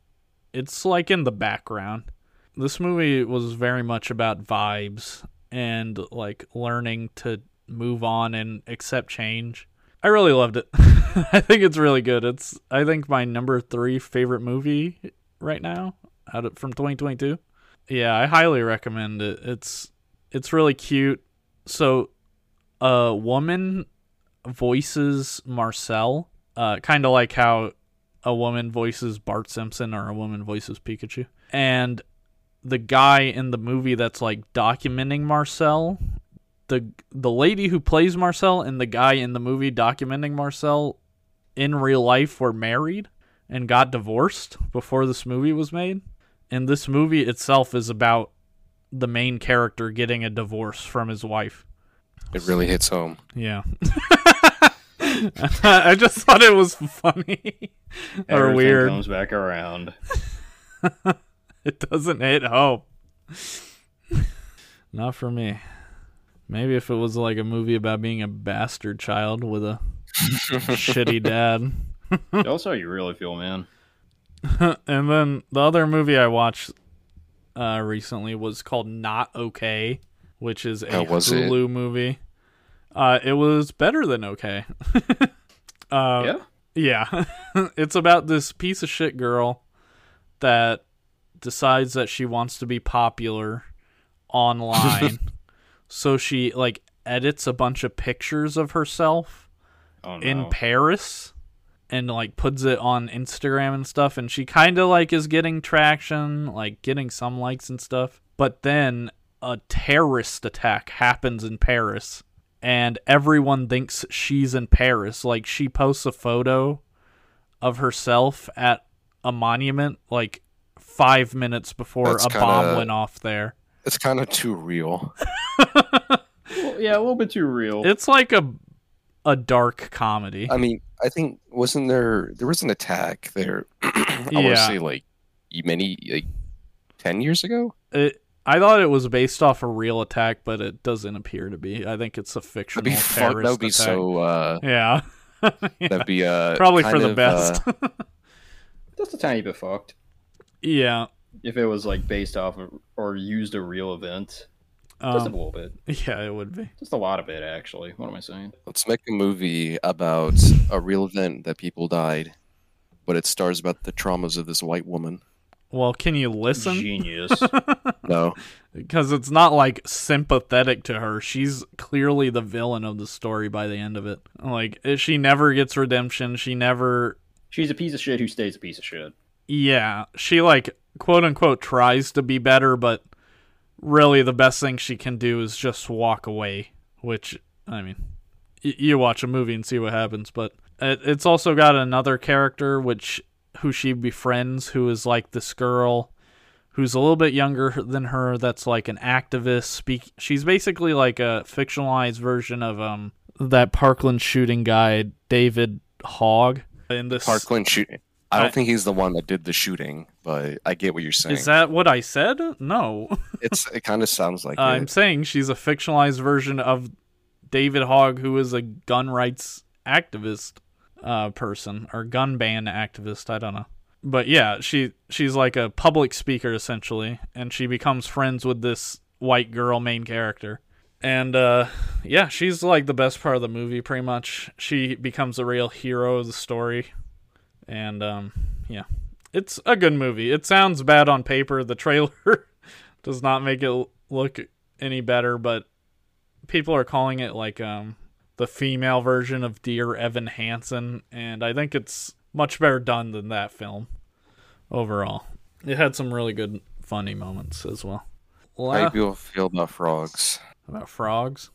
it's like in the background this movie was very much about vibes and like learning to move on and accept change. I really loved it. I think it's really good. It's I think my number 3 favorite movie right now out of, from 2022. Yeah, I highly recommend it. It's it's really cute. So a woman voices Marcel, uh kind of like how a woman voices Bart Simpson or a woman voices Pikachu. And the guy in the movie that's like documenting Marcel, the the lady who plays Marcel and the guy in the movie documenting Marcel in real life were married and got divorced before this movie was made. And this movie itself is about the main character getting a divorce from his wife.
It really hits home.
Yeah. I just thought it was funny or
Everything
weird.
comes back around.
It doesn't hit home. Not for me. Maybe if it was like a movie about being a bastard child with a shitty dad.
That's how you really feel, man.
and then the other movie I watched uh, recently was called Not Okay, which is a
How was it?
Hulu movie. Uh, it was better than okay. uh,
yeah.
Yeah. it's about this piece of shit girl that decides that she wants to be popular online. so she like edits a bunch of pictures of herself
Oh, no.
in Paris and like puts it on Instagram and stuff and she kind of like is getting traction, like getting some likes and stuff. But then a terrorist attack happens in Paris and everyone thinks she's in Paris. Like she posts a photo of herself at a monument like 5 minutes before
That's
a bomb
kinda-
went off there.
It's kind of too real.
Well, yeah, a little bit too real.
It's like a a dark comedy.
I mean, I think wasn't there there was an attack there? I want to
Yeah.
say like many like ten years ago.
it I thought it was based off a real attack, but it doesn't appear to be. I think it's a fictional
That'd be fun.
terrorist
That would be
attack.
so. uh
yeah.
That'd be uh
Probably for
kind
the
of,
best.
uh,
Just a tiny bit fucked.
yeah.
If it was like based off of, or used a real event, just a
Um,
little bit,
yeah, it would be.
just a lot of it actually. What am I saying?
let's make a movie about a real event that people died, but it stars about the traumas of this white woman.
Well, can you listen?
Genius.
No,
Because it's not like sympathetic to her. She's clearly the villain of the story by the end of it. Like it- she never gets redemption. She never.
She's a piece of shit who stays a piece of shit.
Yeah, she like quote unquote tries to be better, but really the best thing she can do is just walk away. Which I mean, y- you watch a movie and see what happens. But it, it's also got another character which who she befriends, who is like this girl who's a little bit younger than her. That's like an activist. Speak. She's basically like a fictionalized version of um that Parkland shooting guy, David Hogg. In this,
Parkland shooting. I don't
I-
think he's the one that did the shooting, but I get what you're saying.
is that what I said? No.
It's it kind of sounds like
Uh, I'm
it.
saying she's a fictionalized version of David Hogg, who is a gun rights activist uh, person or gun ban activist. I don't know, but yeah, she she's like a public speaker essentially, and she becomes friends with this white girl main character. And uh, yeah, she's like the best part of the movie, pretty much. She becomes a real hero of the story, and um, yeah, it's a good movie. It sounds bad on paper. The trailer does not make it l- look any better, but people are calling it like um the female version of Dear Evan Hansen, and I think it's much better done than that film overall. It had some really good funny moments as well.
How do
La-
people feel about frogs?
about frogs.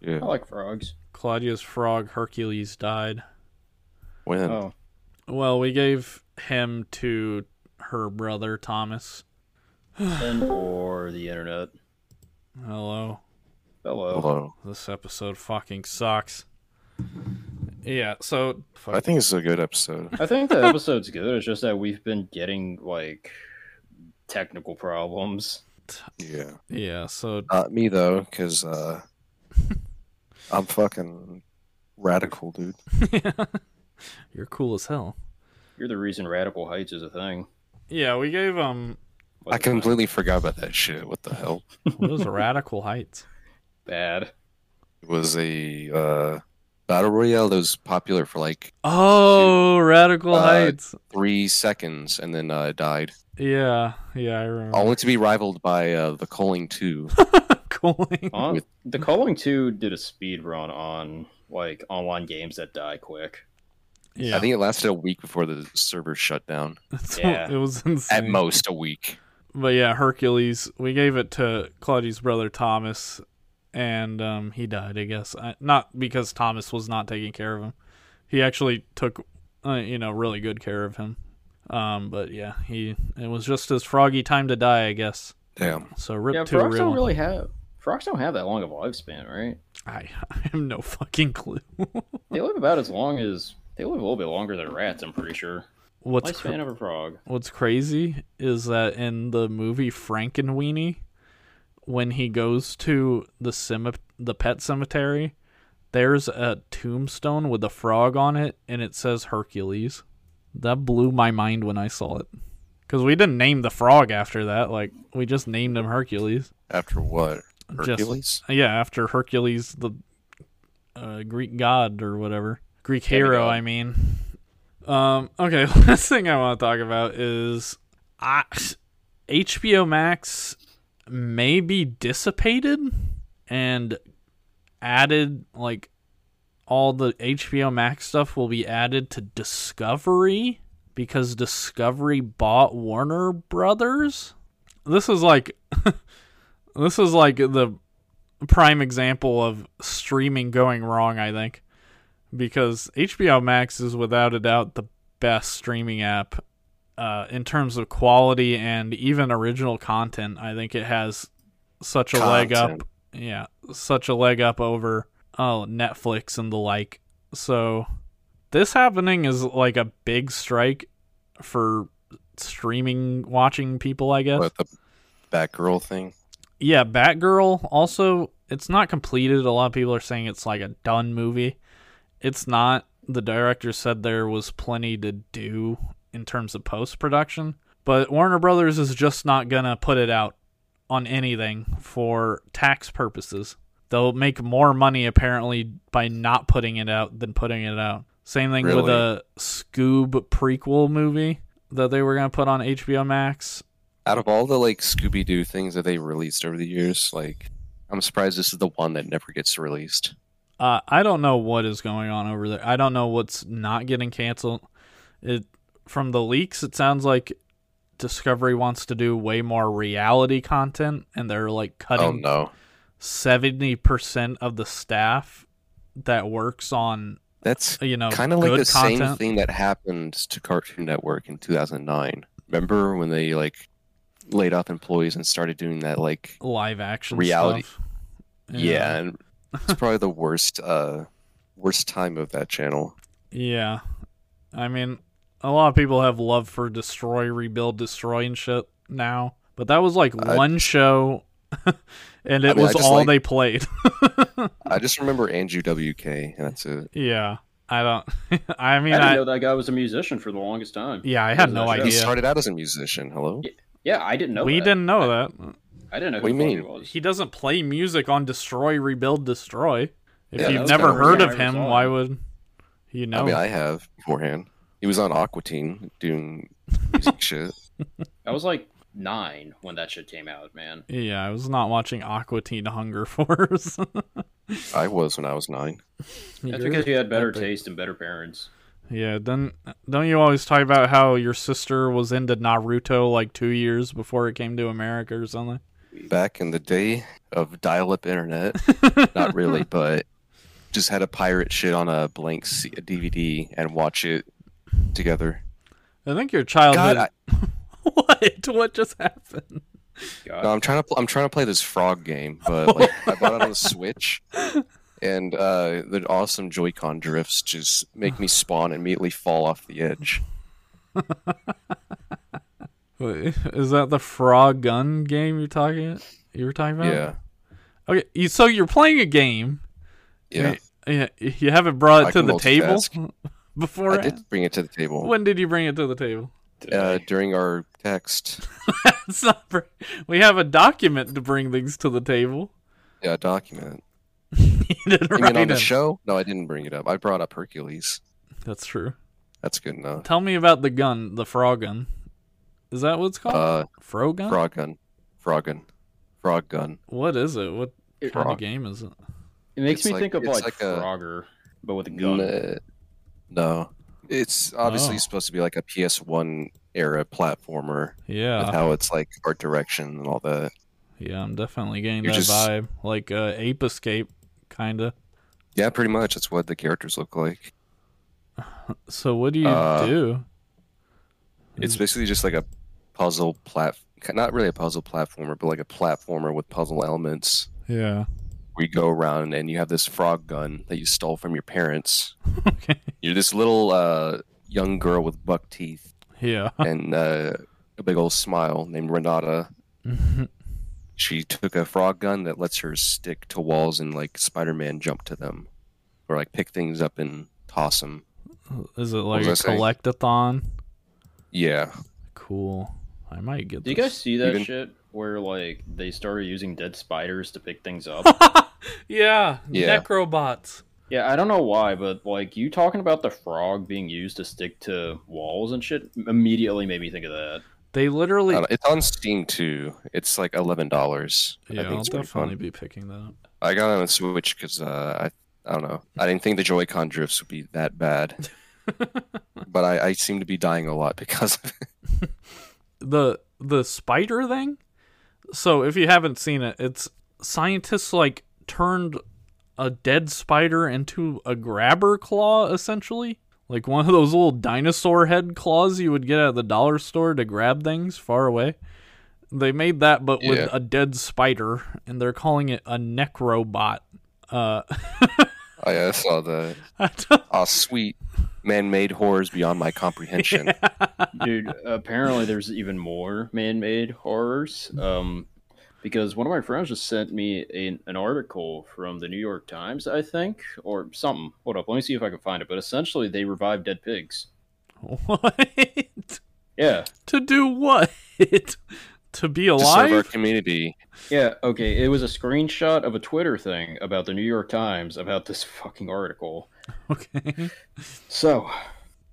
Yeah.
I like frogs.
Claudius Frog Hercules died.
When?
Oh,
Well, we gave him to her brother Thomas.
and or the internet.
Hello.
Hello.
Hello.
This episode fucking sucks. Yeah, so
I think it's a good episode.
I think the episode's good. It's just that we've been getting like technical problems.
Yeah.
yeah, so
Not me though, because uh, I'm fucking radical, dude.
you're cool as hell.
You're the reason Radical Heights is a thing.
Yeah, we gave um
I
Wasn't
completely forgot about that shit. What the hell?
what was Radical Heights.
bad.
It was a uh, battle royale that was popular for like
Oh, Radical
Uh,
Heights.
three seconds and then uh, died,
Yeah, yeah, I remember.
only to be rivaled by uh, the Calling Two.
Calling.
Huh?
With-
The Calling 2 did a speed run on like online games that die quick.
Yeah,
I think it lasted a week before the server shut down.
It's-
Yeah.
it was insane.
At most a week.
But yeah, Hercules. We gave it to Claudia's brother Thomas, and um, he died. I guess I, not because Thomas was not taking care of him. He actually took, uh, you know, really good care of him. Um, but yeah, he it was just his froggy time to die, I guess.
Damn.
So rip
yeah,
to a
frogs
real.
don't
one.
really have frogs don't have that long of a lifespan, right?
I, I have no fucking clue.
They live about as long as they live a little bit longer than rats, I'm pretty sure.
what's cr-
Lifespan of a frog.
what's crazy is that in the movie Frankenweenie, when he goes to the cem- the pet cemetery, there's a tombstone with a frog on it, and it says Hercules. That blew my mind when I saw it, because we didn't name the frog after that. Like we just named him Hercules.
After what?
Just-
Hercules?
Yeah, after Hercules, the uh, Greek god or whatever, Greek hero.
god.
I mean, um, okay. Last thing I want to talk about is I, HBO Max may be dissipated and added like all the HBO Max stuff will be added to Discovery because Discovery bought Warner Brothers. This is like this is like the prime example of streaming going wrong, I think. Because HBO Max is without a doubt the best streaming app uh, in terms of quality and even original content. I think it has such a leg up.
Content.
Yeah, such a leg up over oh, Netflix and the like. So this happening is like a big strike for streaming watching people, I guess.
What, the Batgirl thing?
Yeah, Batgirl. Also, it's not completed. A lot of people are saying it's like a done movie. It's not. The director said there was plenty to do in terms of post production, but Warner Brothers is just not going to put it out on anything for tax purposes. They'll make more money apparently by not putting it out than putting it out. Same thing with
Really?
a Scoob prequel movie that they were going to put on HBO Max.
Out of all the like Scooby Doo things that they released over the years, like I'm surprised this is the one that never gets released.
Uh, I don't know what is going on over there. I don't know what's not getting canceled. It from the leaks, it sounds like Discovery wants to do way more reality content, and they're like
Oh
cutting
no.
seventy percent of the staff that works on
That's
you know
kind of like
good
the
content.
same thing that happened to Cartoon Network in 2009. Remember when they like laid off employees and started doing that like
live action
Reality.
stuff.
yeah, and it's probably the worst uh worst time of that channel.
Yeah. I mean, a lot of people have love for Destroy, Rebuild, Destroy and shit now. But that was like
I-
one show and it
I mean, I
was
just
all
like-
they played.
I just remember Andrew WK and that's it.
yeah. I don't I mean
I didn't
I,
know that guy was a musician for the longest time.
yeah,
Yeah,
I had
that
no
show.
He
idea.
started out as a musician. Hello.
Yeah, I didn't know.
we
that.
didn't know that.
I didn't know who
What do you
the fuck
mean?
he was.
He doesn't play music on Destroy, Rebuild, Destroy. If
Yeah, that
you've
was
never
kinda
heard
weird.
of him,
I was on.
why would you know?
I mean, I have beforehand. He was on Aquatine doing music shit.
I was like nine when that shit came out, man.
yeah, I was not watching Aqua Teen Hunger Force.
I was when I was nine.
That's because you had better
epic.
taste and better parents.
Yeah, then don't you always talk about how your sister was into Naruto like two years before it came to America or something?
back in the day of dial-up internet. Not really, but just had a pirate shit on a blank C- a DVD and watch it together.
I think your childhood.
God, I,
what? What just happened?
no, I'm trying to pl- I'm trying to play this frog game, but like, I bought it on the Switch, and uh, the awesome Joy-Con drifts just make me spawn and immediately fall off the edge.
Wait, is that the frog gun game you're talking? You were talking about?
Yeah,
Okay. You, so you're playing a game.
yeah.
You, you haven't brought it
I
to
can
the table
multitask.
before.
I did bring it to the table
When did you bring it to the table?
uh, during our text
It's not. br- We have a document to bring things to the table.
yeah, uh, document.
You didn't
You mean
write
on the
it.
show? No, I didn't bring it up. I brought up Hercules.
That's true.
That's good enough.
Tell me about the gun, the frog gun. Is that what it's called?
Uh,
frog gun.
frog gun, frog gun, frog gun.
What is it? What
It-
kind of
Frog.
game is it?
It makes
It's
me
like-
think of
it's
like,
like a-
Frogger, but with a gun.
N- No, it's obviously
Oh.
supposed to be like a PS1 era platformer with
Yeah,
how it's like art direction and all that.
yeah. I'm definitely getting
You're
that
just-
vibe, like uh, Ape Escape, kinda.
Yeah, pretty much. That's what the characters look like.
So what do you
Uh,
do? Mm.
It's basically just like a puzzle plat, not really a puzzle platformer, but like a platformer with puzzle elements.
Yeah.
Where you go around and you have this frog gun that you stole from your parents.
Okay.
You're this little uh, young girl with buck teeth
Yeah.
and uh, a big old smile named Renata. She took a frog gun that lets her stick to walls and like Spider-Man jump to them, or like pick things up and toss them.
Is it like a
was I saying?
collectathon?
Yeah,
Cool. I might get
Do you
this.
guys see that
Even-
shit where like they started using dead spiders to pick things up?
yeah,
Yeah.
Necrobots.
yeah, I don't know why, but like you talking about the frog being used to stick to walls and shit immediately made me think of that.
They
I
literally.
don't- Uh, it's on Steam too. It's like eleven dollars.
yeah,
I think
I'll
it's pretty
definitely
fun.
be picking that up.
I got it on the Switch because uh, I I don't know. I didn't think the Joy-Con drifts would be that bad, but I, I seem to be dying a lot because of it.
the the spider thing. So if you haven't seen it, it's scientists like turned a dead spider into a grabber claw essentially. Like one of those little dinosaur head claws you would get at the dollar store to grab things far away. They made that but with
Yeah.
a dead spider and they're calling it a necrobot. Uh
Oh, yeah, I saw the
I don't-
oh sweet man-made horrors beyond my comprehension.
Dude, apparently there's even more man-made horrors. Um, because one of my friends just sent me an, an article from the New York Times, I think, or something. Hold up, let me see if I can find it. But essentially, they revived dead pigs.
what?
Yeah,
to do what? to be
to serve our
alive?
community.
yeah, okay. It was a screenshot of a Twitter thing about the New York Times about this fucking article.
Okay.
So,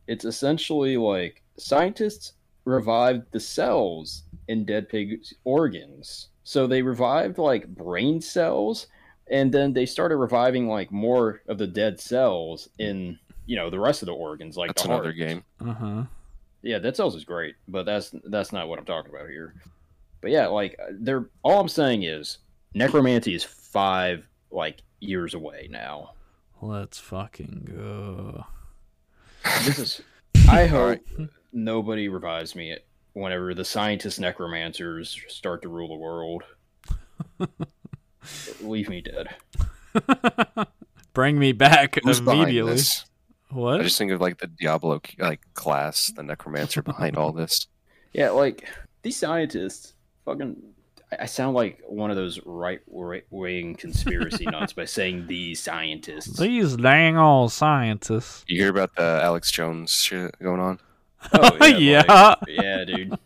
it's essentially like scientists revived the cells in dead pigs' organs. So they revived like brain cells, and then they started reviving like more of the dead cells in you know the rest of the organs, like
That's
the heart.
another game.
Uh-huh.
Yeah, dead cells is great, but that's that's not what I'm talking about here. But yeah, like uh, they're all I'm saying is necromancy is five like years away now.
Let's fucking go.
This is. I hope
Alright.
nobody revives me whenever the scientist necromancers start to rule the world. Leave me dead.
Bring me back
Who's behind
immediately.
this? I
What?
just think of like the Diablo like class, the necromancer behind all this.
Yeah, like these scientists, fucking. I- I sound like one of those right wing conspiracy nuts by saying these scientists.
These dang old scientists.
You hear about the Alex Jones shit going on?
Oh,
yeah.
like- yeah, dude.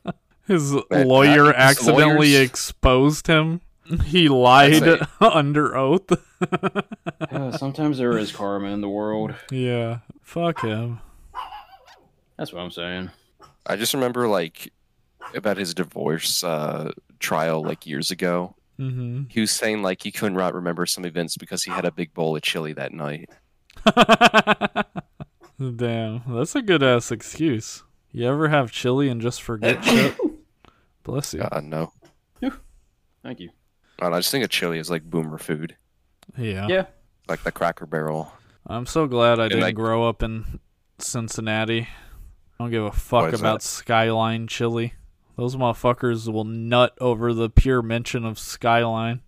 His
Man,
lawyer
his
accidentally
lawyers-
exposed him. He lied
That's
under oath.
Uh, sometimes there is karma in the world.
yeah. Fuck him.
That's what I'm saying.
I just remember like about his divorce uh, trial like years ago.
Mm-hmm.
He was saying like he couldn't not remember some events because he had a big bowl of chili that night.
Damn. That's a good ass excuse. You ever have chili and just forget shit? Bless you.
Uh, no,
Thank you.
I, don't know, I just think of chili as like boomer food,
Yeah.
Yeah.
like the Cracker Barrel.
I'm so glad I didn't
like-
grow up in Cincinnati. I don't give a fuck
Why is
about
that?
Skyline chili. Those motherfuckers will nut over the pure mention of Skyline.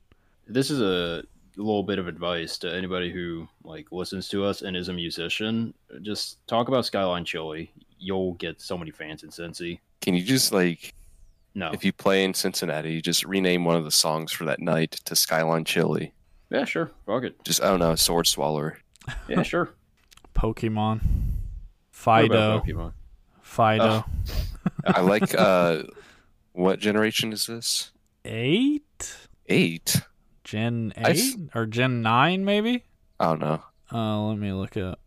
this is a little bit of advice to anybody who like listens to us and is a musician. Just talk about Skyline Chili. You'll get so many fans in Cincy.
Can you just like
No.
if you play in Cincinnati, you just rename one of the songs for that night to Skyline Chili?
yeah, sure. Fuck it.
Just I don't know, Sword Swallower.
Yeah, sure.
Pokemon.
What
Fido.
about Pokemon?
Fido.
Ugh. I like uh what generation is this?
Eight?
Eight?
Gen 8?
I s-
or Gen 9, maybe?
I don't know.
Uh, let me look up.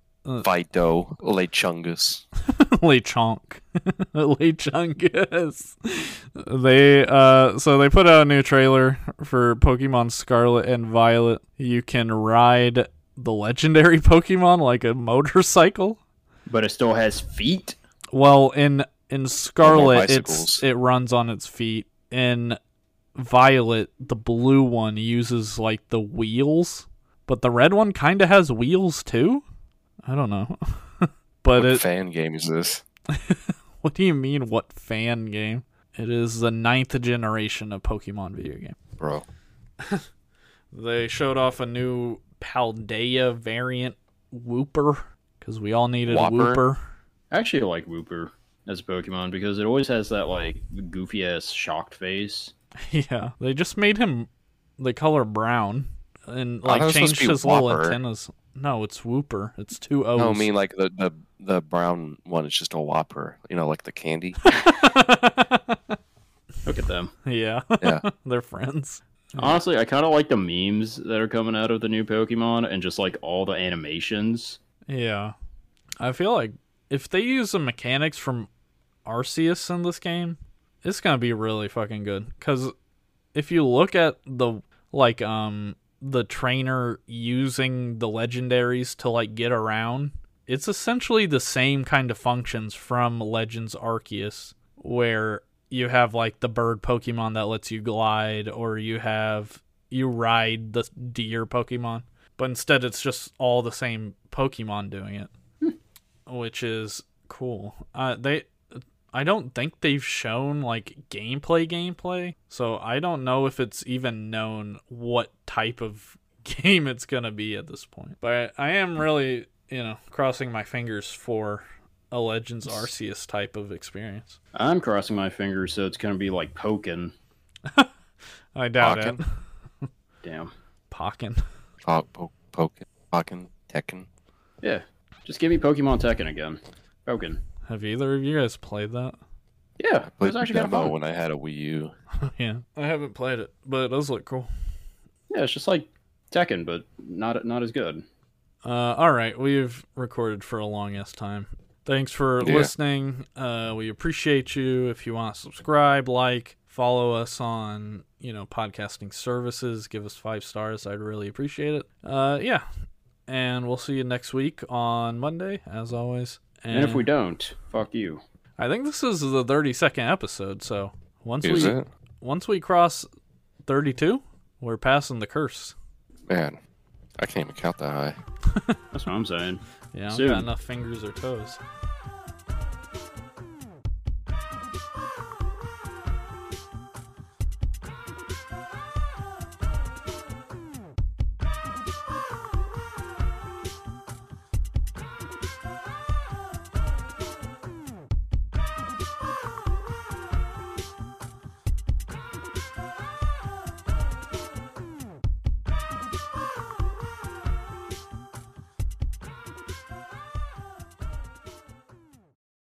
Fido, Lechungus.
Lechonk. Lechungus. They uh so they put out a new trailer for Pokemon Scarlet and Violet. You can ride the legendary Pokemon like a motorcycle.
But it still has feet.
Well, in in Scarlet it's
bicycles.
it runs on its feet. In Violet, the blue one uses like the wheels, but the red one kind of has wheels too. I don't know. but
What
it
fan game is this?
What do you mean, what fan game? It is the ninth generation of Pokemon video game.
Bro.
They showed off a new Paldea variant Wooper because we all needed
Whopper?
Wooper.
I actually like Wooper as a Pokemon because it always has that like goofy ass shocked face.
Yeah, they just made him the color brown and
I thought it
like
Oh, was supposed
changed
to be
his little
Whopper.
antennas. No, it's Wooper. It's two O's.
No, I mean like the, the the brown one is just a whopper, you know, like the candy.
Look at them.
yeah,
Yeah.
they're friends.
Honestly, I kind of like the memes that are coming out of the new Pokemon and just like all the animations.
Yeah. I feel like if they use the mechanics from Arceus in this game, it's going to be really fucking good cuz if you look at the like um the trainer using the legendaries to like get around, it's essentially the same kind of functions from Legends Arceus where you have like the bird Pokemon that lets you glide or you have you ride the deer Pokemon but instead it's just all the same Pokemon doing it, which is cool. Uh, they, I don't think they've shown like gameplay gameplay, so I don't know if it's even known what type of game it's gonna be at this point. But I am really, you know, crossing my fingers for a Legends Arceus type of experience.
I'm crossing my fingers so it's gonna be like poking.
I doubt it.
Damn.
Pokken.
Talk poke poke pokin, Tekken.
Yeah. Just give me Pokemon Tekken again. Pokken.
Have either of you guys played that?
Yeah. It
Played
was
the
actually kind of
demo
fun.
when I had a Wii U.
yeah, I haven't played it, but it does look cool.
Yeah, it's just like Tekken, but not not as good.
Uh, all right, we've recorded for a long ass time. Thanks for
Yeah.
listening. Uh, we appreciate you. If you want to subscribe, like, follow us on you know podcasting services, give us five stars. I'd really appreciate it. Uh, yeah, and we'll see you next week on Monday, as always.
And if we don't, fuck you.
I think this is the thirty second episode. So once
Is
we
it?
once we cross thirty two, we're passing the curse.
Man. I can't even count that high.
That's what I'm saying.
Yeah, I don't
Soon.
got enough fingers or toes.